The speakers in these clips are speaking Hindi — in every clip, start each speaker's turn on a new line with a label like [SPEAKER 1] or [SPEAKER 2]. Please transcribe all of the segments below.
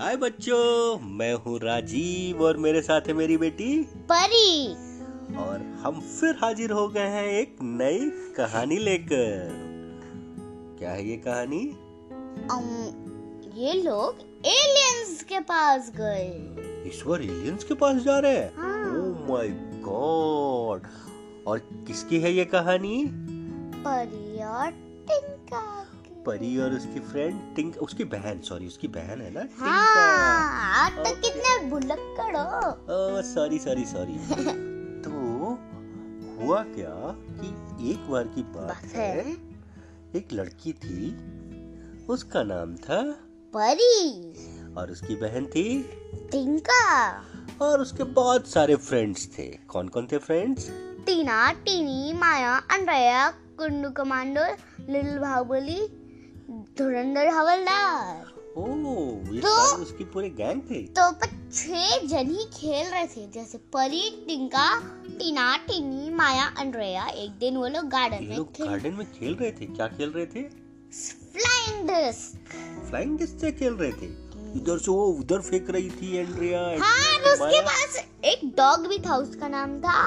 [SPEAKER 1] हाय बच्चों मैं हूँ राजीव और मेरे साथ है मेरी बेटी
[SPEAKER 2] परी
[SPEAKER 1] और हम फिर हाजिर हो गए हैं एक नई कहानी लेकर क्या है ये कहानी
[SPEAKER 2] अम, ये लोग एलियंस के पास गए
[SPEAKER 1] ईश्वर एलियंस के पास जा रहे हैं
[SPEAKER 2] हाँ।
[SPEAKER 1] ओह माय गॉड और किसकी है ये कहानी
[SPEAKER 2] परी और टिंका की।
[SPEAKER 1] परी और उसकी फ्रेंड टिंक उसकी बहन सॉरी उसकी बहन है ना टिंका
[SPEAKER 2] हाँ आप तो कितने भुलक्कड़ हो
[SPEAKER 1] सॉरी सॉरी सॉरी तो हुआ क्या कि एक बार की बात
[SPEAKER 2] बात
[SPEAKER 1] है
[SPEAKER 2] है।
[SPEAKER 1] एक लड़की थी उसका नाम था
[SPEAKER 2] परी
[SPEAKER 1] और उसकी बहन थी
[SPEAKER 2] टिंका
[SPEAKER 1] और उसके बहुत सारे फ्रेंड्स थे कौन कौन थे फ्रेंड्स
[SPEAKER 2] टीना tiny Maya अंड्रया Kundu commando lil Baahubali धुरंधर हवलदार
[SPEAKER 1] ओ ये
[SPEAKER 2] तो-
[SPEAKER 1] सारे उसकी पूरे गैंग थे
[SPEAKER 2] तो पर छह जन ही खेल रहे थे जैसे परी टिंका टीना टिनी माया अंड्रया एक दिन वो लोग गार्डन
[SPEAKER 1] ये
[SPEAKER 2] में
[SPEAKER 1] लोग
[SPEAKER 2] खेल
[SPEAKER 1] गार्डन में खेल रहे थे क्या खेल रहे थे
[SPEAKER 2] फ्लाइंग डिस्क
[SPEAKER 1] फ्लाइंग डिस्क से खेल रहे थे इधर से वो उधर फेंक रही थी एंड्रिया
[SPEAKER 2] हाँ और
[SPEAKER 1] एंड्रिया,
[SPEAKER 2] उसके
[SPEAKER 1] माया।
[SPEAKER 2] पास एक डॉग भी था उसका नाम था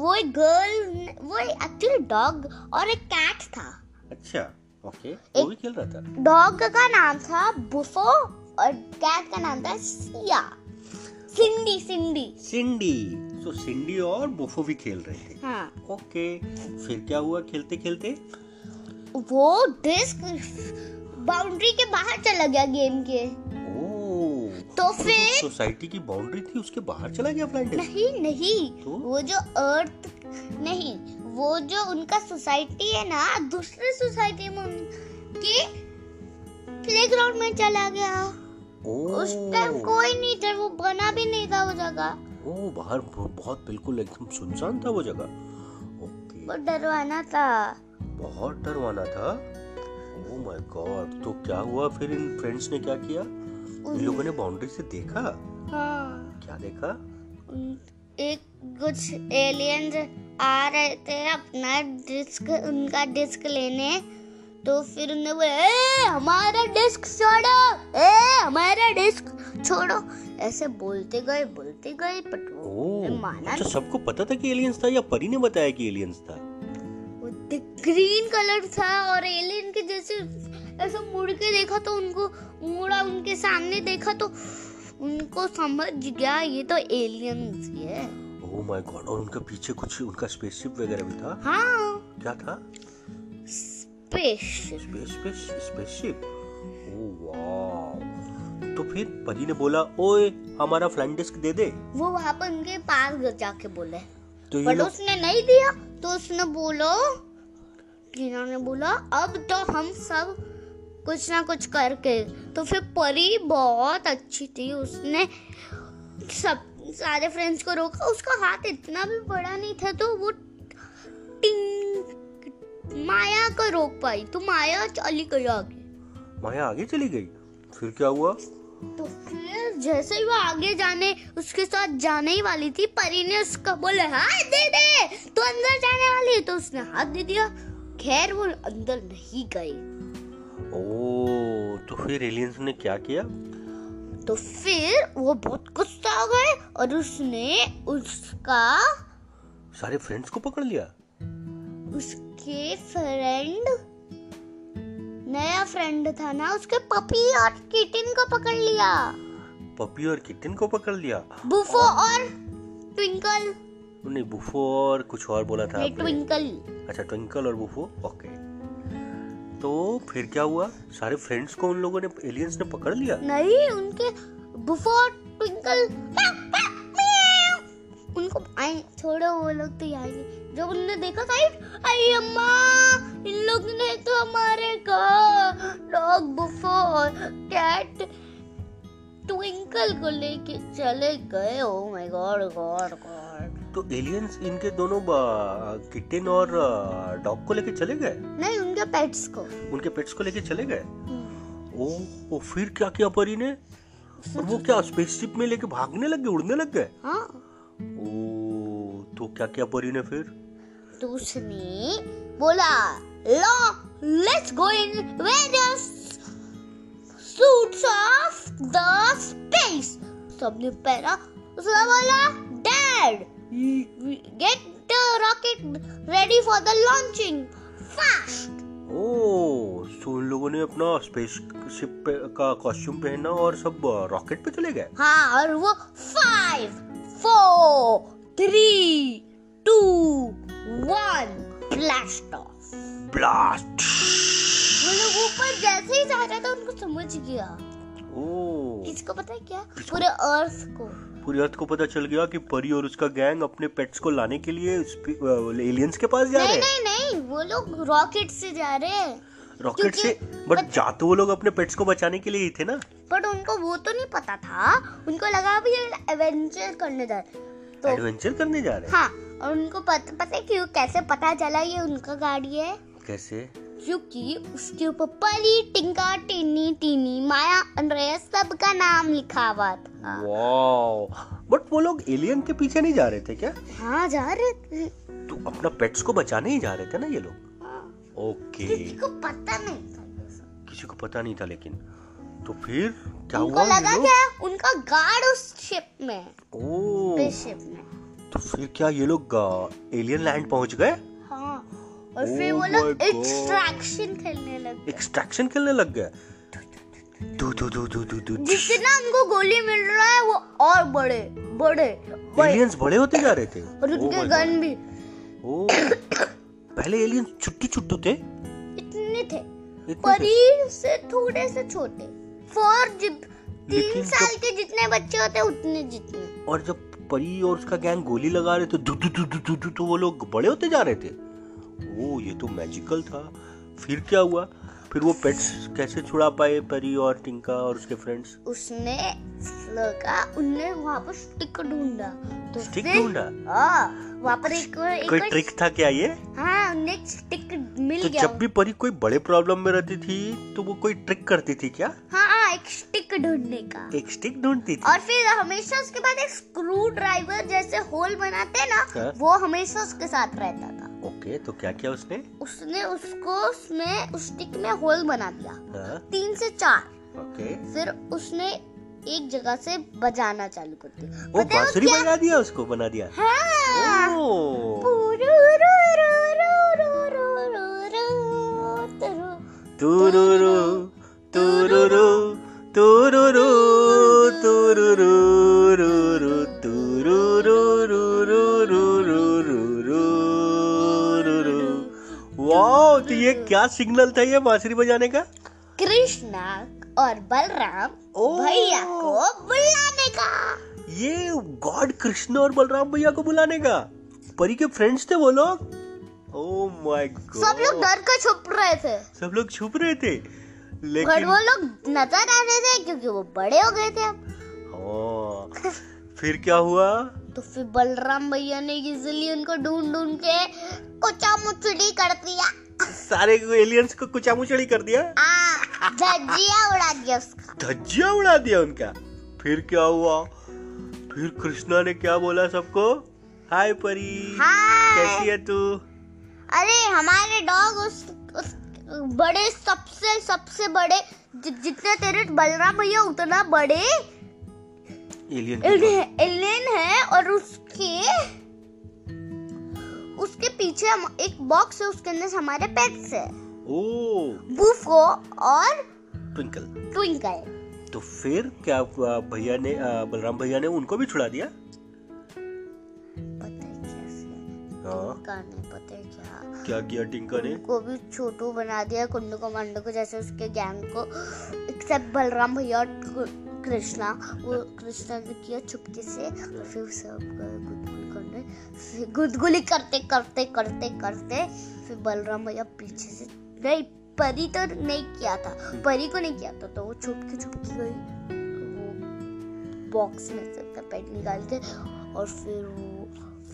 [SPEAKER 2] वो एक गर्ल वो एक्चुअली डॉग और एक कैट था
[SPEAKER 1] अच्छा ओके वो भी खेल रहा था
[SPEAKER 2] डॉग का नाम था बुफो और कैट का नाम था Siya Cindy Cindy
[SPEAKER 1] Cindy so Cindy और बुफो भी खेल रहे थे
[SPEAKER 2] हाँ
[SPEAKER 1] ओके फिर क्या हुआ खेलते खेलते
[SPEAKER 2] वो डिस्क बाउंड्री के बाहर चला गया गेम के
[SPEAKER 1] ओ
[SPEAKER 2] तो फिर
[SPEAKER 1] सोसाइटी Oh, की बाउंड्री थी उसके बाहर चला गया फ्लाइंग डिस्क
[SPEAKER 2] नहीं नहीं
[SPEAKER 1] तो?
[SPEAKER 2] वो जो अर्थ नहीं वो जो उनका सोसाइटी है ना दूसरे सोसाइटी में उनके प्लेग्राउंड में चला गया
[SPEAKER 1] ओ
[SPEAKER 2] उस टाइम
[SPEAKER 1] Oh,
[SPEAKER 2] कोई नहीं था वो बना भी नहीं था वो जगह
[SPEAKER 1] ओ oh, बाहर ब- बहुत बिल्कुल एकदम सुनसान था वो जगह
[SPEAKER 2] वो
[SPEAKER 1] ओके
[SPEAKER 2] डरवाना था
[SPEAKER 1] बहुत डरवाना था ओ माय गॉड तो क्या हुआ फिर इन फ्रेंड्स ने क्या किया इन
[SPEAKER 2] उन-
[SPEAKER 1] लोगों ने बाउंड्री से देखा
[SPEAKER 2] हाँ
[SPEAKER 1] क्या देखा
[SPEAKER 2] उन- एक कुछ एलियन आ रहे थे अपना डिस्क उनका डिस्क लेने तो फिर उन्होंने बोला ए हमारा डिस्क छोड़ो ए हमारा डिस्क छोड़ो ऐसे बोलते गए बोलते गए बट वो
[SPEAKER 1] ओ
[SPEAKER 2] ने माना
[SPEAKER 1] अच्छा सबको पता था कि एलियंस था या परी ने बताया कि एलियंस था
[SPEAKER 2] ग्रीन कलर था और एलियन के जैसे ऐसे मुड़ के देखा तो उनको मुड़ा उनके सामने देखा तो उनको समझ गया ये तो एलियंस ही है
[SPEAKER 1] ओह माय गॉड Oh और उनका पीछे कुछ उनका स्पेसशिप वगैरह भी था
[SPEAKER 2] हाँ
[SPEAKER 1] क्या था
[SPEAKER 2] fish
[SPEAKER 1] space space spaceship oh wow Oh, तो फिर परी ने बोला ओए हमारा फ्लाइंग डिस्क दे दे
[SPEAKER 2] वो वहां पर उनके पास ग- जाके बोले
[SPEAKER 1] तो ये
[SPEAKER 2] बट
[SPEAKER 1] लोग
[SPEAKER 2] उसने नहीं दिया तो उसने बोलो टीना ने बोला अब तो हम सब कुछ ना कुछ करके तो फिर परी बहुत अच्छी थी उसने सब सारे फ्रेंड्स को रोका उसका हाथ इतना भी बड़ा नहीं था तो वो टिंग माया को रोक पाई तो माया चली गई आगे
[SPEAKER 1] माया आगे चली गई फिर क्या हुआ Oh,
[SPEAKER 2] तो फिर जैसे ही वो आगे जाने उसके साथ जाने ही वाली थी परी ने उसका बोला हाथ दे दे तो अंदर जाने वाली है।" तो उसने हाथ दे दिया खैर वो अंदर नहीं गई
[SPEAKER 1] ओह तो फिर एलियंस ने क्या किया
[SPEAKER 2] तो फिर वो बहुत गुस्सा हो गए और उसने उसका
[SPEAKER 1] सारे फ्रेंड्स को पकड़ लिया
[SPEAKER 2] उसके फ्रेंड नया फ्रेंड था ना उसके पपी और किटिन को पकड़ लिया
[SPEAKER 1] पपी और किटन को पकड़ लिया
[SPEAKER 2] बुफो और ट्विंकल
[SPEAKER 1] उन्हें बुफो और कुछ और बोला था
[SPEAKER 2] नहीं,
[SPEAKER 1] आपने।
[SPEAKER 2] ट्विंकल
[SPEAKER 1] अच्छा ट्विंकल और बुफो ओके तो फिर क्या हुआ सारे फ्रेंड्स को उन लोगों ने एलियंस ने पकड़ लिया
[SPEAKER 2] नहीं उनके बुफो ट्विंकल हाँ, उनको आए छोड़ो वो लोग तो यहाँ ही जब उनने देखा साइड आई अम्मा इन लोग ने तो हमारे घर डॉग बुफो और कैट ट्विंकल को लेके चले गए Oh oh my God God God
[SPEAKER 1] तो एलियंस इनके दोनों किटन और डॉग को लेके चले गए
[SPEAKER 2] नहीं उनके पेट्स को
[SPEAKER 1] उनके पेट्स को लेके चले गए ओ, ओ फिर क्या किया परी ने और वो क्या स्पेसशिप में लेके भागने लग गए उड़ने लग गए
[SPEAKER 2] हाँ
[SPEAKER 1] ओ तो क्या किया परी ने फिर
[SPEAKER 2] तो उसने बोला लो let's go in various suits of the space सबने पहना उसने बोला dad get the rocket ready for the launching fast
[SPEAKER 1] O so इन लोगों ने अपना स्पेसशिप का कॉस्ट्यूम पहना और सब रॉकेट पे चले गए
[SPEAKER 2] हाँ और वो five four three two one blast off
[SPEAKER 1] blast
[SPEAKER 2] वो लोग ऊपर जैसे ही जा रहा था उनको समझ गया
[SPEAKER 1] ओ
[SPEAKER 2] किसको पता है क्या पूरे अर्थ को
[SPEAKER 1] पूरी अर्थ को पता चल गया कि परी और उसका गैंग अपने पेट्स को लाने के लिए एलियंस के पास जा रहे
[SPEAKER 2] नहीं
[SPEAKER 1] हैं
[SPEAKER 2] नहीं नहीं वो लोग रॉकेट से जा रहे हैं
[SPEAKER 1] रॉकेट से
[SPEAKER 2] क्योंकि-
[SPEAKER 1] बट जा तो वो लोग अपने पेट्स को बचाने के लिए ही थे ना
[SPEAKER 2] बट उनको वो तो नहीं पता था उनको लगा अब ये एडवेंचर करने जा रहे हैं। तो
[SPEAKER 1] एडवेंचर करने जा रहे
[SPEAKER 2] हाँ और उनको पता पता है क्यों कैसे पता चला ये उनका गाड़ी है
[SPEAKER 1] हैं कैसे
[SPEAKER 2] क्योंकि उसके ऊपर परी टिंका टिनी टिनी माया अनुया सबका नाम लिखा हुआ था
[SPEAKER 1] वाओ बट वो लोग एलियन के पीछे नहीं जा रहे थे क्या
[SPEAKER 2] हाँ जा रहे थे
[SPEAKER 1] तो अपना पेट्स को बचाने ही जा रहे थे ना ये लोग
[SPEAKER 2] हाँ,
[SPEAKER 1] ओके
[SPEAKER 2] किसी को पता नहीं था ये सब।
[SPEAKER 1] किसी को पता नहीं था लेकिन तो फिर क्या
[SPEAKER 2] उनको
[SPEAKER 1] हुआ ये
[SPEAKER 2] लगा
[SPEAKER 1] लोग?
[SPEAKER 2] क्या उनका गार्ड उस शिप में है,
[SPEAKER 1] ओ
[SPEAKER 2] स्पेसशिप में
[SPEAKER 1] Oh. तो फिर क्या ये लोग एलियन लैंड पहुंच गए
[SPEAKER 2] हाँ और फिर
[SPEAKER 1] Oh
[SPEAKER 2] वो
[SPEAKER 1] my
[SPEAKER 2] लोग
[SPEAKER 1] God.
[SPEAKER 2] एक्सट्रैक्शन खेलने लग गए
[SPEAKER 1] एक्सट्रैक्शन खेलने लग गए दू दू दू दू दू दू
[SPEAKER 2] जितना उनको गोली मिल रहा है वो और बड़े बड़े बड़े
[SPEAKER 1] एलियंस बड़े होते जा रहे थे
[SPEAKER 2] और
[SPEAKER 1] Oh
[SPEAKER 2] उनके
[SPEAKER 1] my God.
[SPEAKER 2] गन भी
[SPEAKER 1] ओ पहले एलियन छुट्टू छुट्टू थे
[SPEAKER 2] इतने थे
[SPEAKER 1] इतने थे।
[SPEAKER 2] परी से थोड़े से छोटे फोर जिप तीन
[SPEAKER 1] लेकिन
[SPEAKER 2] साल के जितने बच्चे होते हैं, उतने जितने
[SPEAKER 1] और जब परी और उसका गैंग गोली लगा रहे थे दू दू दू दू दू दू तो वो लोग बड़े होते जा रहे थे ओ ये तो मैजिकल था फिर क्या हुआ फिर वो पेट्स कैसे छुड़ा पाए परी और टिंका और उसके फ्रेंड्स
[SPEAKER 2] उसने लगा उनने वहाँ पर स्टिक ढूंढा तो
[SPEAKER 1] Stick
[SPEAKER 2] फिर-
[SPEAKER 1] ढूंढा?
[SPEAKER 2] हाँ वहाँ पर एक एक
[SPEAKER 1] कोई
[SPEAKER 2] और-
[SPEAKER 1] ट्रिक था क्या ये
[SPEAKER 2] हाँ उन्हें एक स्टिक मिल
[SPEAKER 1] तो
[SPEAKER 2] गया
[SPEAKER 1] जब भी परी कोई बड़े प्रॉब्लम में रहती थी तो वो कोई ट्रिक करती थी क्या
[SPEAKER 2] हाँ हाँ एक स्टिक ढूंढने का
[SPEAKER 1] एक स्टिक ढूंढती थी
[SPEAKER 2] और फिर हमेशा उसके बाद एक स्क्रू ड्राइवर जैसे होल बनाते हैं ना
[SPEAKER 1] हाँ।
[SPEAKER 2] वो हमेशा उसके साथ रहता था
[SPEAKER 1] ओके तो क्या किया उसने
[SPEAKER 2] उसने उसको उसमें उस स्टिक में होल बना दिया
[SPEAKER 1] हाँ
[SPEAKER 2] तीन से चार
[SPEAKER 1] ओके
[SPEAKER 2] फिर उसने एक जगह से बजाना चालू कर दिया
[SPEAKER 1] वो
[SPEAKER 2] पता है वो
[SPEAKER 1] बांसुरी
[SPEAKER 2] क्या
[SPEAKER 1] बजा दिया उसको बना दिया
[SPEAKER 2] हाँ
[SPEAKER 1] ओ
[SPEAKER 2] पुरुरुरुरुरुरुरुरुरुरु।
[SPEAKER 1] तुरुरु तुरुरु तुरुरु तुरुरुरुरु तुरुरुरुरुरुरुरुरुरु वाओ तो ये क्या सिग्नल था ये बांसुरी बजाने का
[SPEAKER 2] कृष्णा और बलराम
[SPEAKER 1] ओ।
[SPEAKER 2] भैया को बुलाने का
[SPEAKER 1] ये गॉड कृष्ण और बलराम भैया को बुलाने का परी के फ्रेंड्स थे वो लोग ओ माय गॉड
[SPEAKER 2] सब लोग डर के छुप रहे थे
[SPEAKER 1] सब लोग छुप रहे थे
[SPEAKER 2] पर
[SPEAKER 1] लेकिन
[SPEAKER 2] वो लोग नजर आ रहे थे क्योंकि वो बड़े हो गए थे अब
[SPEAKER 1] हाँ, फिर क्या हुआ
[SPEAKER 2] तो फिर बलराम भैया ने इजिली उनको ढूंढ ढूंढ के कुचा मुचड़ी कर दिया
[SPEAKER 1] सारे एलियंस को कुचामुचड़ी कर दिया
[SPEAKER 2] आ झज्जिया उड़ा दिया उसका
[SPEAKER 1] धज्जिया उड़ा दिया उनका फिर क्या हुआ फिर कृष्णा ने क्या बोला सबको हाय परी
[SPEAKER 2] हाय
[SPEAKER 1] कैसी है तू
[SPEAKER 2] अरे हमारे डॉग उस, उस बड़े सबसे सबसे बड़े जि, जितने तेरे बलराम भैया उतना बड़े
[SPEAKER 1] एलियन के
[SPEAKER 2] एलियन एलियन है और उसके उसके पीछे हम एक बॉक्स है उसके अंदर हमारे पेट्स है
[SPEAKER 1] पास। ओ
[SPEAKER 2] बूफो और
[SPEAKER 1] ट्विंकल
[SPEAKER 2] ट्विंकल
[SPEAKER 1] तो फिर क्या हुआ? भैया ने आ, बलराम भैया ने उनको भी छुड़ा दिया
[SPEAKER 2] पता है कैसे
[SPEAKER 1] हाँ
[SPEAKER 2] का नहीं पता है क्या
[SPEAKER 1] क्या किया टिंका ने
[SPEAKER 2] को भी छोटू बना दिया कुंडू कमांडो को जैसे उसके गैंग को एक्सेप्ट बलराम भैया और कृ- कृष्णा वो कृष्णा ने किया चुपके से और फिर सब गुदगुली करने फिर गुदगुली करते करते करते करते फिर बलराम भैया पीछे से नहीं परी तो नहीं किया था परी को नहीं किया था तो वो छुपके छुपके गई तो वो बॉक्स में से अपना पेट निकाल के और फिर वो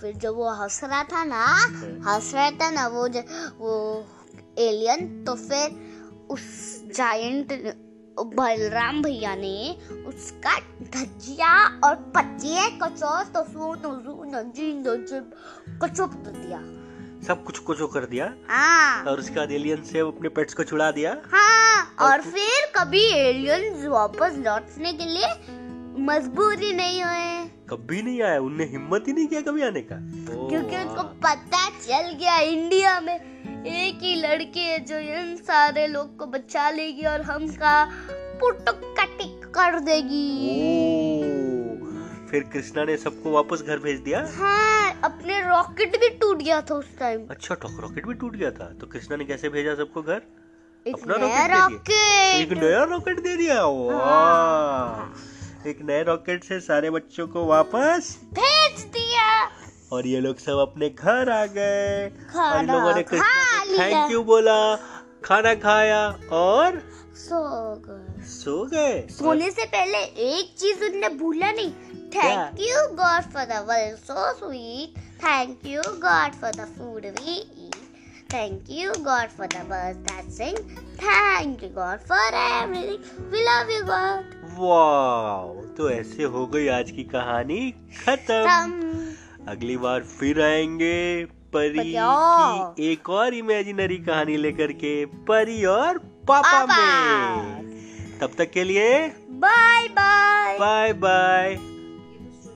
[SPEAKER 2] फिर जब वो हंस रहा था ना हंस रहा था ना वो ज- वो एलियन तो फिर उस जायंट बलराम भैया ने उसका धज्जिया और पतिये कचौर तो सो नजू नजी नजीब कचुप दिया
[SPEAKER 1] सब कुछ कुछ कर दिया
[SPEAKER 2] हाँ
[SPEAKER 1] और उसके बाद एलियन से अपने पेट्स को छुड़ा दिया
[SPEAKER 2] हाँ और फिर कभी एलियंस वापस लौटने के लिए मजबूरी नहीं हुए
[SPEAKER 1] कभी नहीं आया उनने हिम्मत ही नहीं किया कभी आने का ओ,
[SPEAKER 2] क्योंकि
[SPEAKER 1] वाह।
[SPEAKER 2] उनको पता चल गया इंडिया में एक ही लड़की है जो इन सारे लोग को बचा लेगी और हम का पुटुक कटिक कर देगी
[SPEAKER 1] ओ, फिर कृष्णा ने सबको वापस घर भेज दिया
[SPEAKER 2] हाँ अपने रॉकेट भी टूट गया था उस टाइम
[SPEAKER 1] अच्छा टॉक रॉकेट भी टूट गया था तो कृष्णा ने कैसे भेजा सबको घर
[SPEAKER 2] एक
[SPEAKER 1] अपना
[SPEAKER 2] नया
[SPEAKER 1] rocket एक
[SPEAKER 2] रॉकेट
[SPEAKER 1] नया रॉकेट दे दिया वाह एक नए रॉकेट से सारे बच्चों को वापस
[SPEAKER 2] भेज दिया
[SPEAKER 1] और ये लोग सब अपने घर आ गए
[SPEAKER 2] खाना
[SPEAKER 1] और इन लोगों ने
[SPEAKER 2] खा
[SPEAKER 1] कृष्णा
[SPEAKER 2] लिया।
[SPEAKER 1] थैंक यू बोला खाना खाया और
[SPEAKER 2] सो गए
[SPEAKER 1] सो गए
[SPEAKER 2] सोने से पहले एक चीज उनने भूला नहीं thank you God for the world so sweet thank you God for the food we eat thank you God for the birds that sing thank you God for everything we love you God
[SPEAKER 1] वाह तो ऐसे हो गई आज की कहानी खत्म
[SPEAKER 2] तम
[SPEAKER 1] अगली बार फिर आएंगे परी
[SPEAKER 2] बजाओ।
[SPEAKER 1] की एक और इमेजिनरी कहानी लेकर के परी और पापा
[SPEAKER 2] पापा।
[SPEAKER 1] में तब तक के लिए
[SPEAKER 2] बाय बाय
[SPEAKER 1] बाय बाय